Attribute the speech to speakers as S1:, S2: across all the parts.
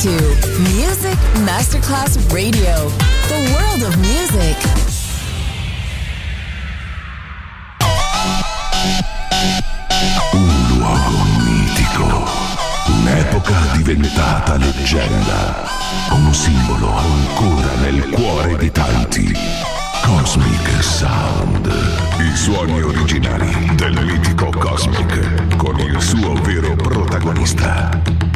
S1: to Music Masterclass Radio, the world of music.
S2: Un luogo mitico, un'epoca diventata leggenda, un simbolo ancora nel cuore di tanti. Cosmic Sound, i suoni originali del mitico Cosmic, con il suo vero protagonista.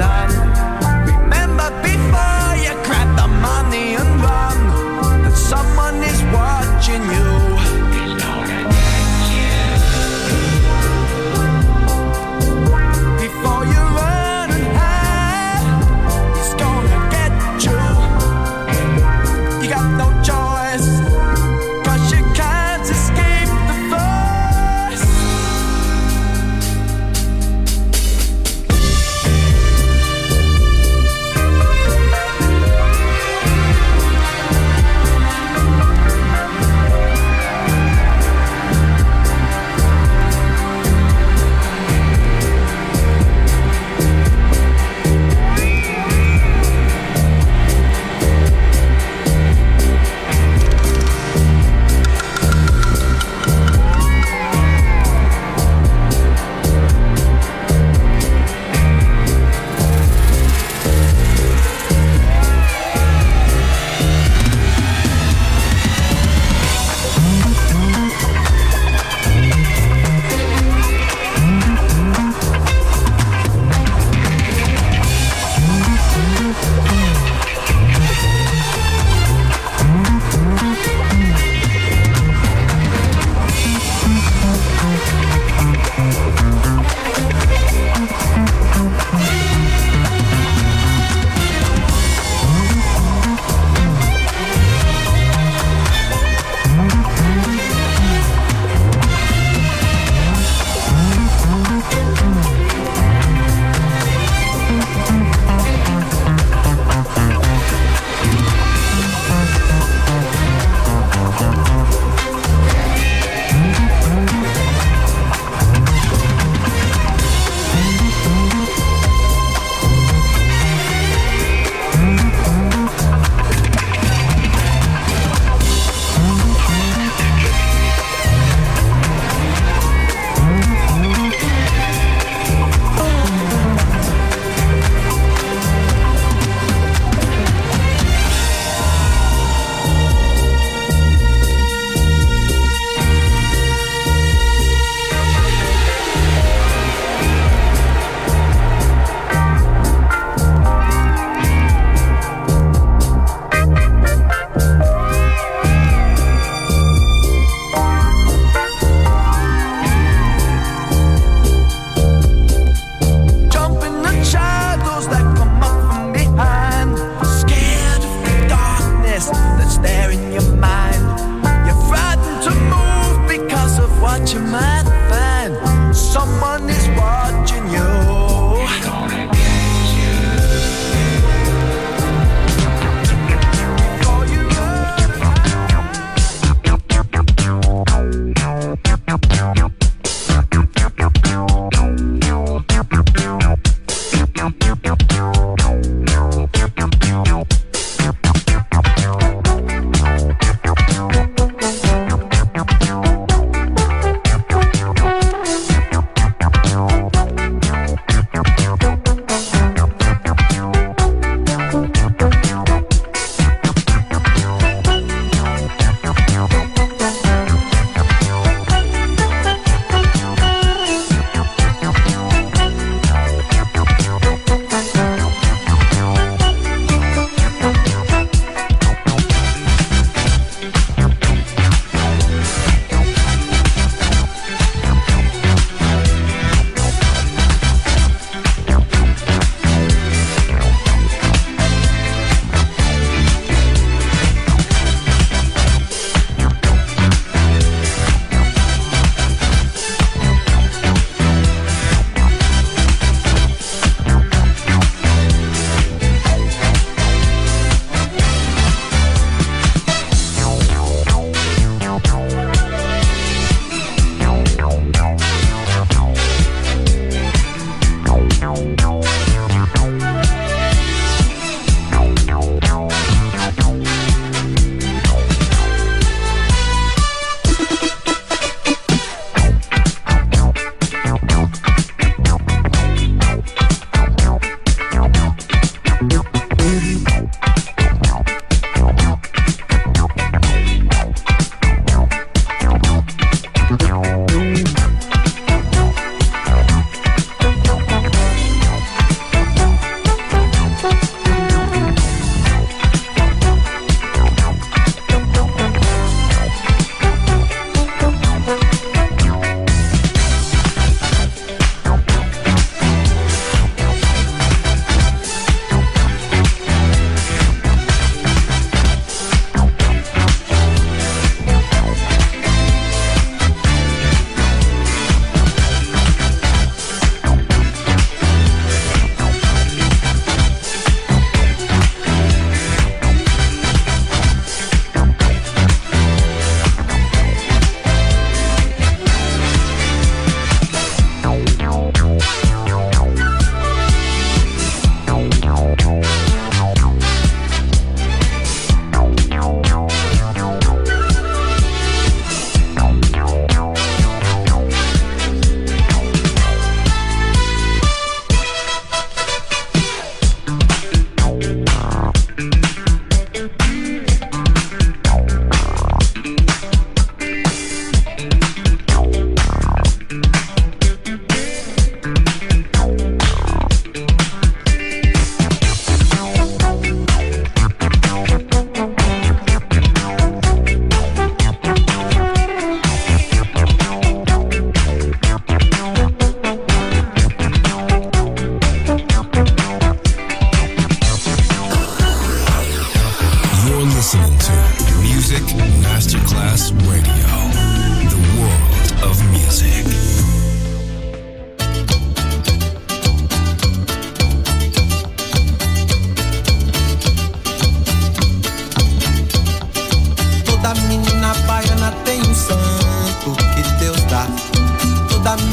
S3: time. Remember before you grab the money and run, that someone is watching you. Before you run and hide, he's gonna get you. You got no choice, 'cause you can't escape the force.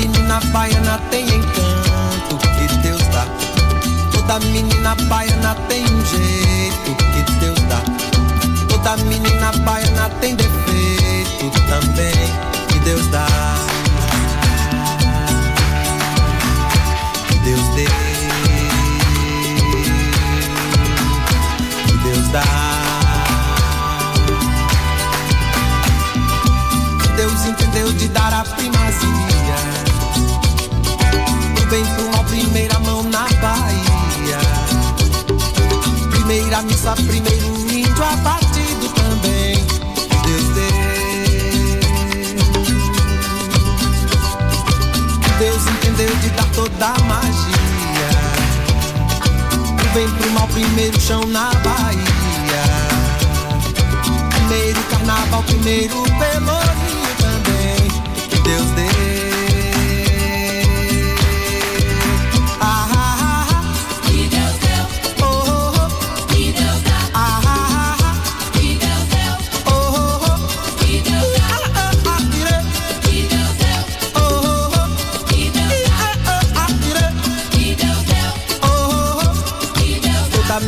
S4: um baiana tem encanto que Deus dá. Toda menina baiana tem um jeito que Deus dá. Toda menina baiana tem defeito também que Deus dá. Que Deus dê. Que Deus dá. Que Deus entendeu de dar a primazia vem pro mal, primeira mão na Bahia. Primeira missa, primeiro índio abatido também. Deus deu. Deus entendeu de dar toda a magia. Vem pro mal, primeiro chão na Bahia. Primeiro carnaval, primeiro pelourinho também. Que Deus deu. um um um
S3: Ah, Oh, Ah, Oh, E Oh, E Oh,
S4: Ah,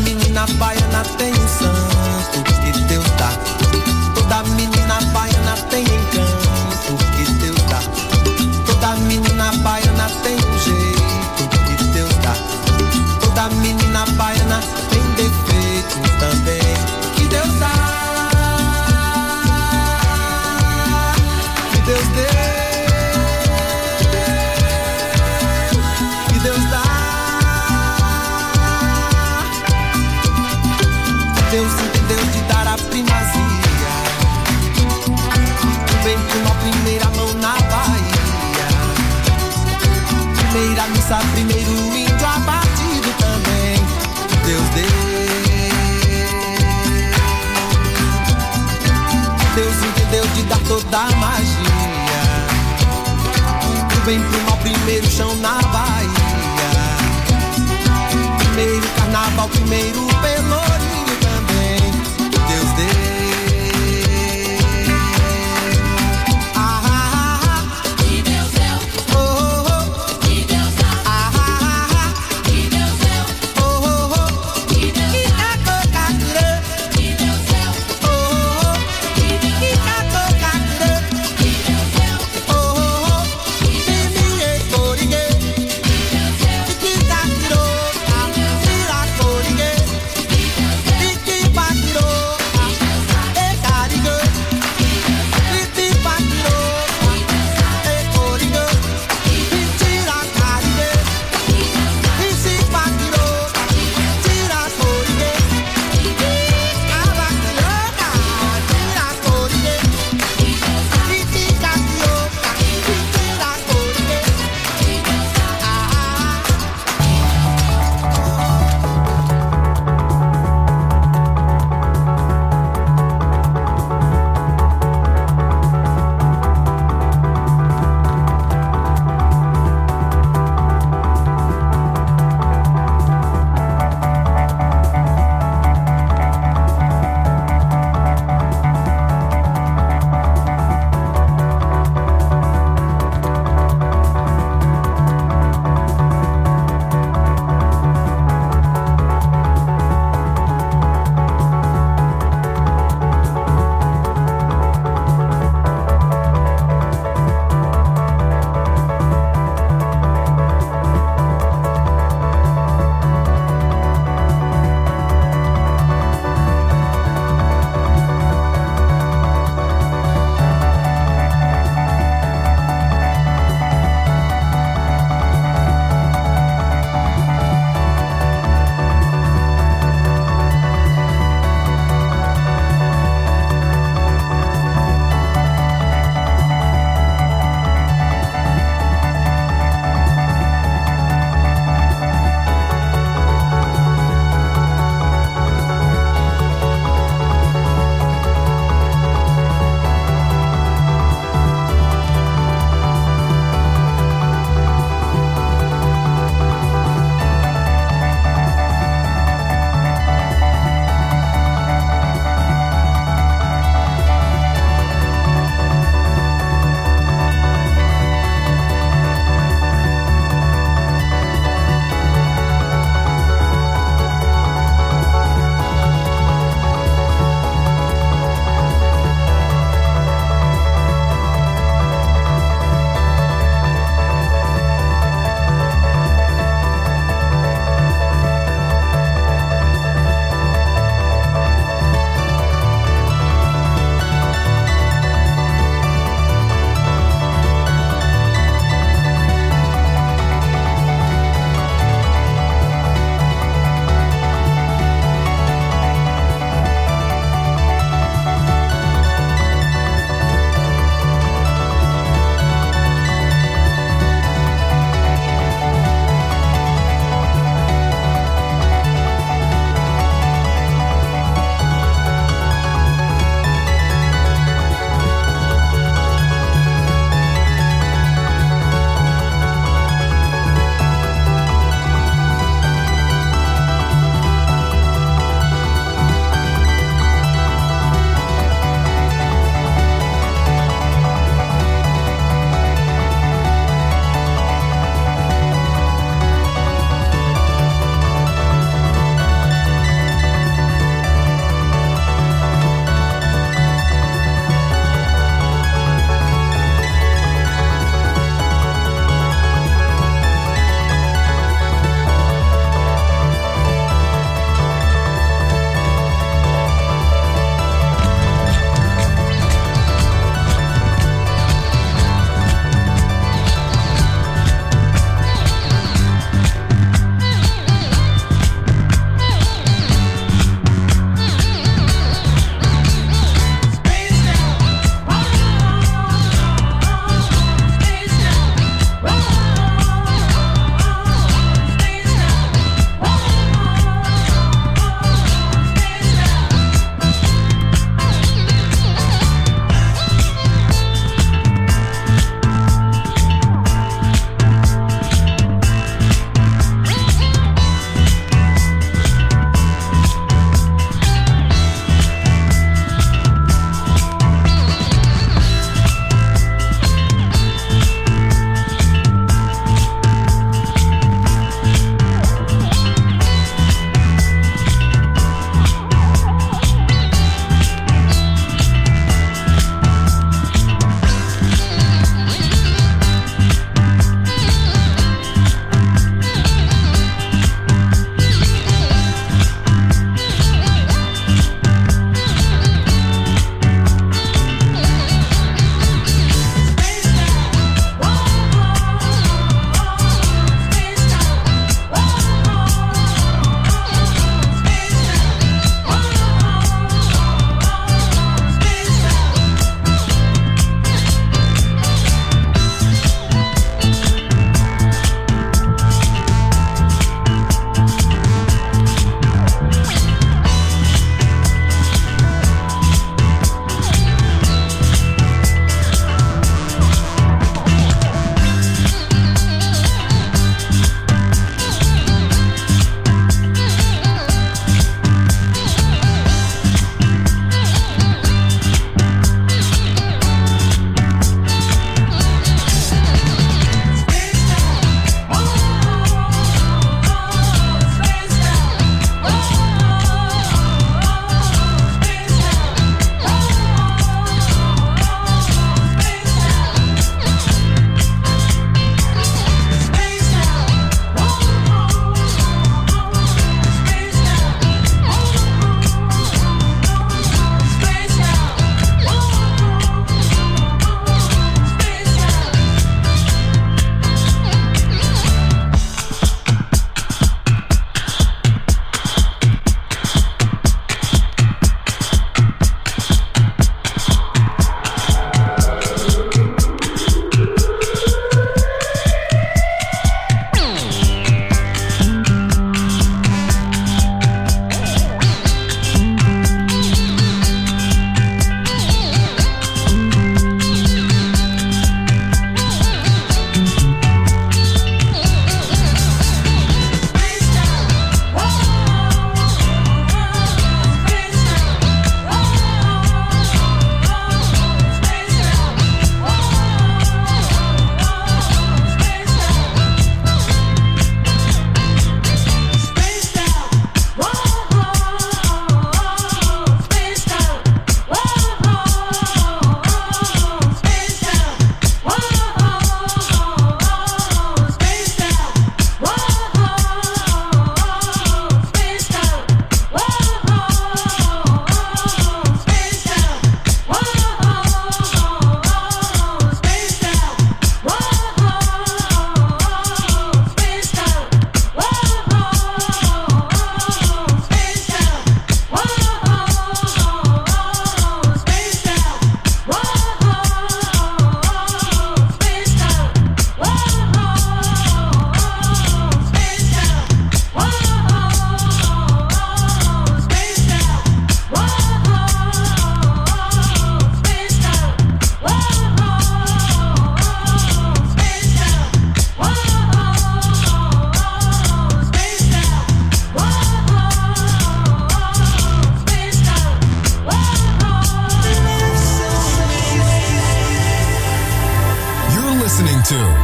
S4: ah.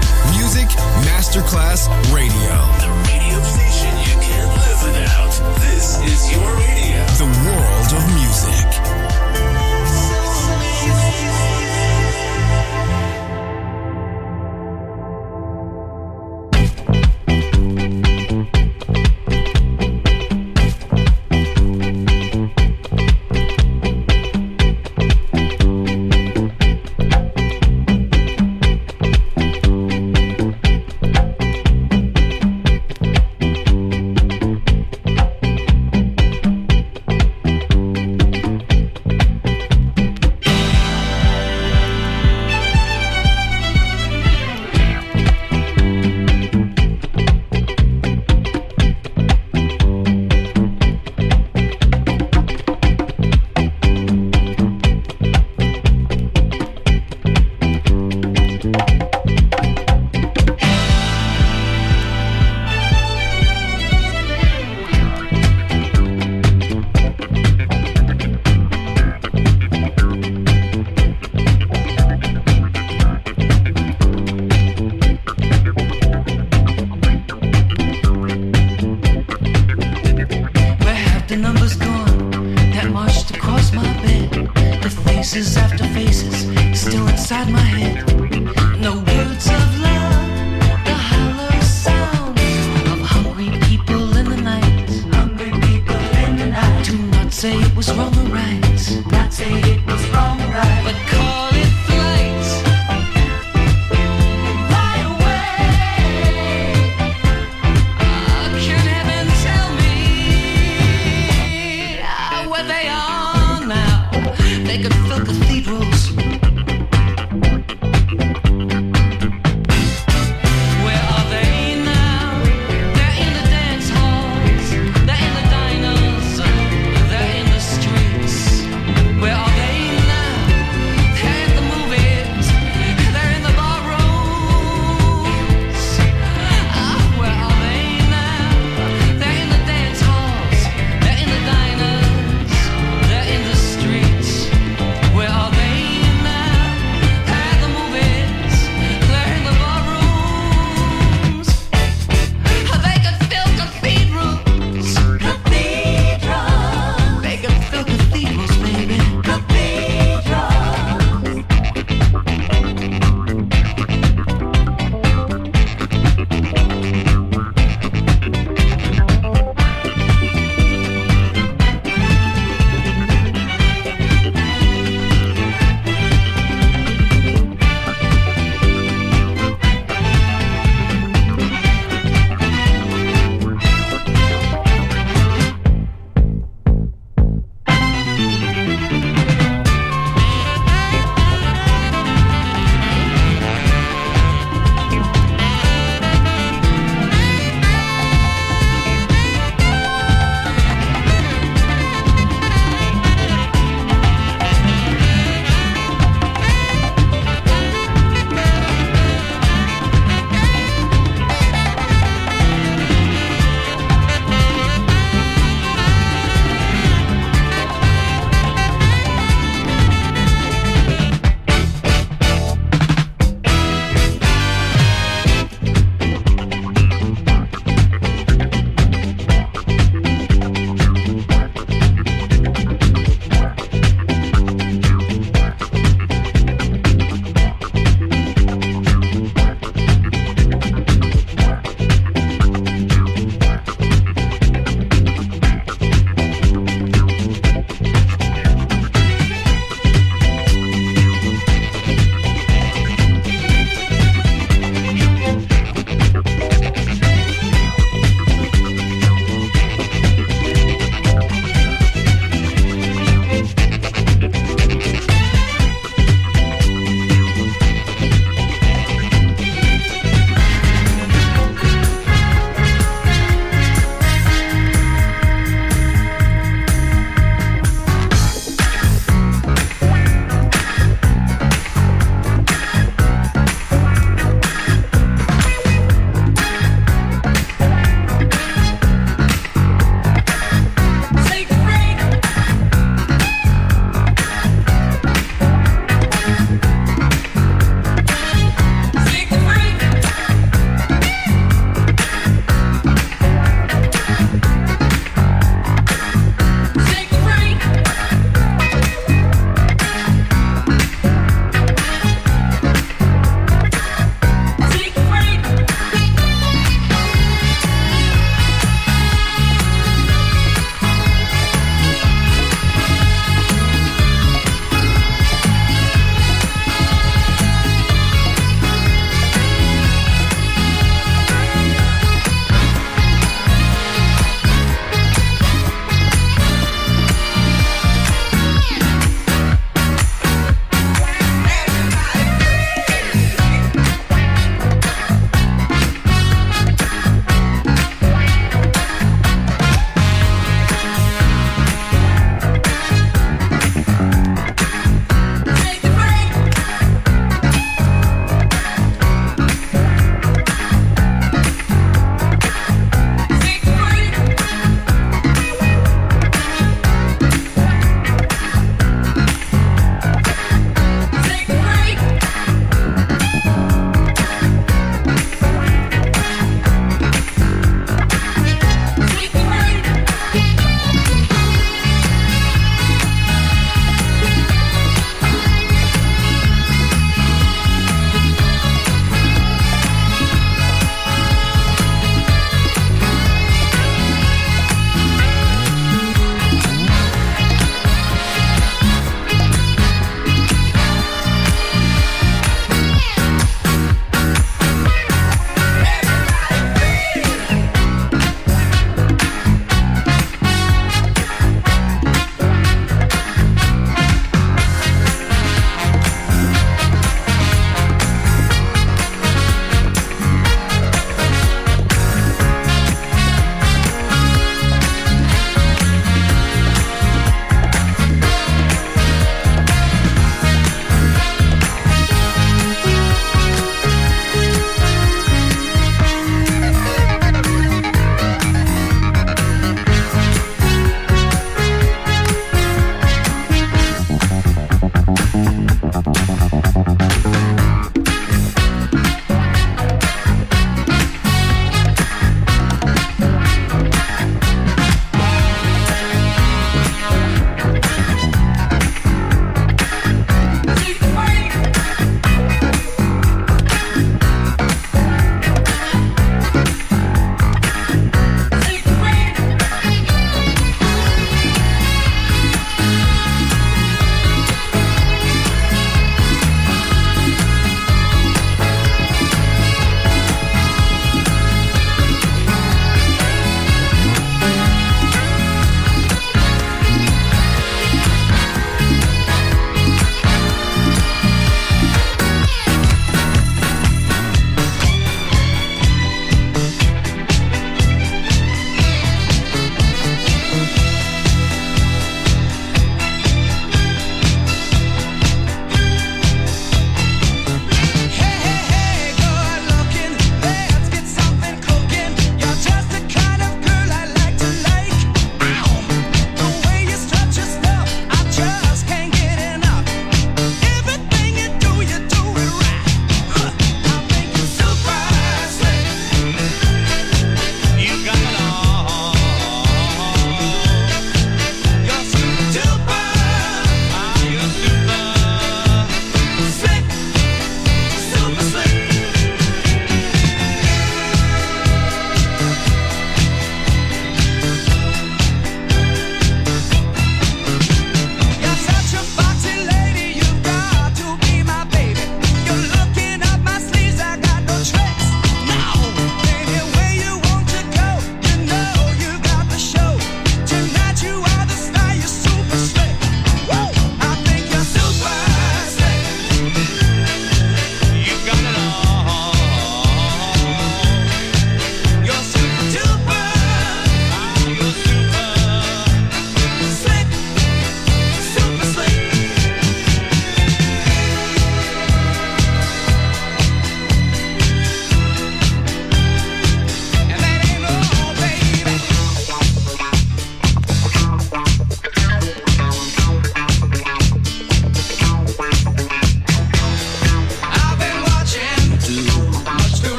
S5: Class Radio.
S6: The radio station you can't live without. This is your
S3: oh.
S6: radio.
S5: The world of music.
S7: Where have the numbers gone that marched across my bed? The faces after faces still inside my head. No words of love, the hollow sound of hungry people in the night. Hungry people in the night. Do not say it was wrong or right. Not say it was wrong or right. But call it flight. Right away. Can heaven tell me where they are now? They could fill cathedrals. Where are they now? They're in the dance halls. They're in the diners. They're in the streets. Where are they now? They're in the movies. They're in the barrooms. Ah, where are they now? They're in the dance halls. They're in the diners. They're in the streets. Where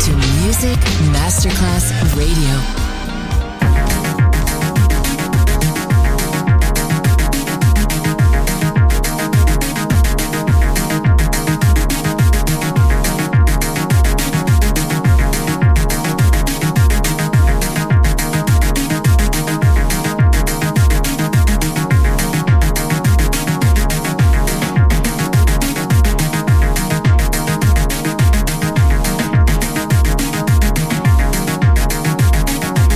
S8: to Music Masterclass Radio.
S9: Thank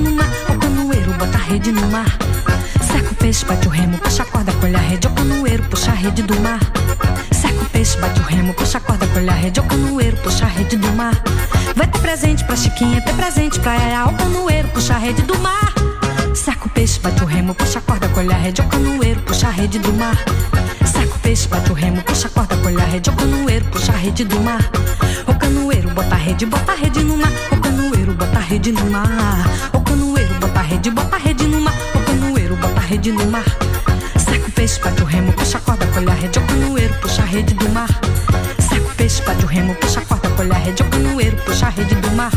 S10: menina. O canoeiro bota a rede no mar. Seca o peixe, bate o remo, puxa a corda, colhe a rede. O canoeiro puxa a rede do mar. Seca o peixe, bate o remo, puxa a corda, colhe a rede. O canoeiro puxa a rede do mar. Vai ter presente pra Chiquinha, ter presente pra Yaya. O canoeiro puxa a rede do mar. Seca o peixe, bate o remo, puxa a corda, colhe a rede. O canoeiro puxa a rede do mar. Seca o peixe, bate o remo, puxa a corda, colhe a rede. O canoeiro puxa a rede do mar. O canoeiro bota a rede, bota a rede no mar. O canoeiro bota a rede no mar. O canoeiro bota a rede, bota a rede no mar. O canoeiro bota a rede no mar. Seca o peixe, bate o remo, puxa a corda, colhe a rede. O canoeiro puxa a rede do mar. Seca o peixe, bate o remo, puxa a corda, colhe a rede. O canoeiro puxa a rede do mar.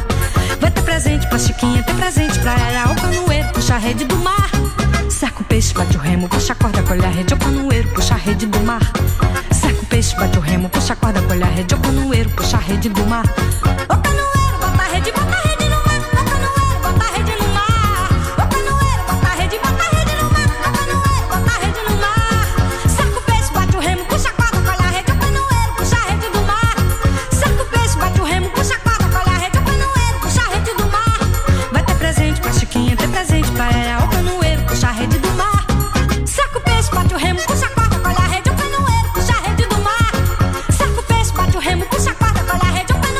S10: Vai ter presente pra Chiquinha, ter presente pra Yaya. O canoeiro puxa a rede do mar. Seca o peixe, bate o remo, puxa a corda, colhe a rede. O canoeiro puxa a rede do mar. Seca o peixe, bate o remo, puxa a corda, colhe a rede. O canoeiro puxa a rede do mar. O canoeiro, bota a rede, bota a rede no mar. O canoeiro, bota a rede no mar. O canoeiro, bota a rede, bota a rede no mar. O canoeiro, bota a rede no mar. Seca o peixe, bate o remo, puxa a corda, colhe a rede. O canoeiro, puxa a rede do mar. Seca o peixe, bate o remo, puxa a corda, colhe a rede. O canoeiro, puxa a rede do mar. Vai ter presente pra Chiquinha, ter presente pra ela. O canoeiro, puxa a rede do mar. Saca o peixe, bate o remo, puxa a corda, colhe a rede. O canoeiro, puxa a rede do mar. Saca o peixe, bate o remo, puxa a corda, colhe a rede. O canoeiro,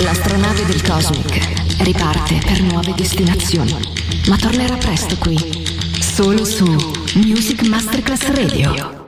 S8: L'astronave del Cosmic riparte per nuove destinazioni, ma tornerà presto qui, solo su Music Masterclass Radio.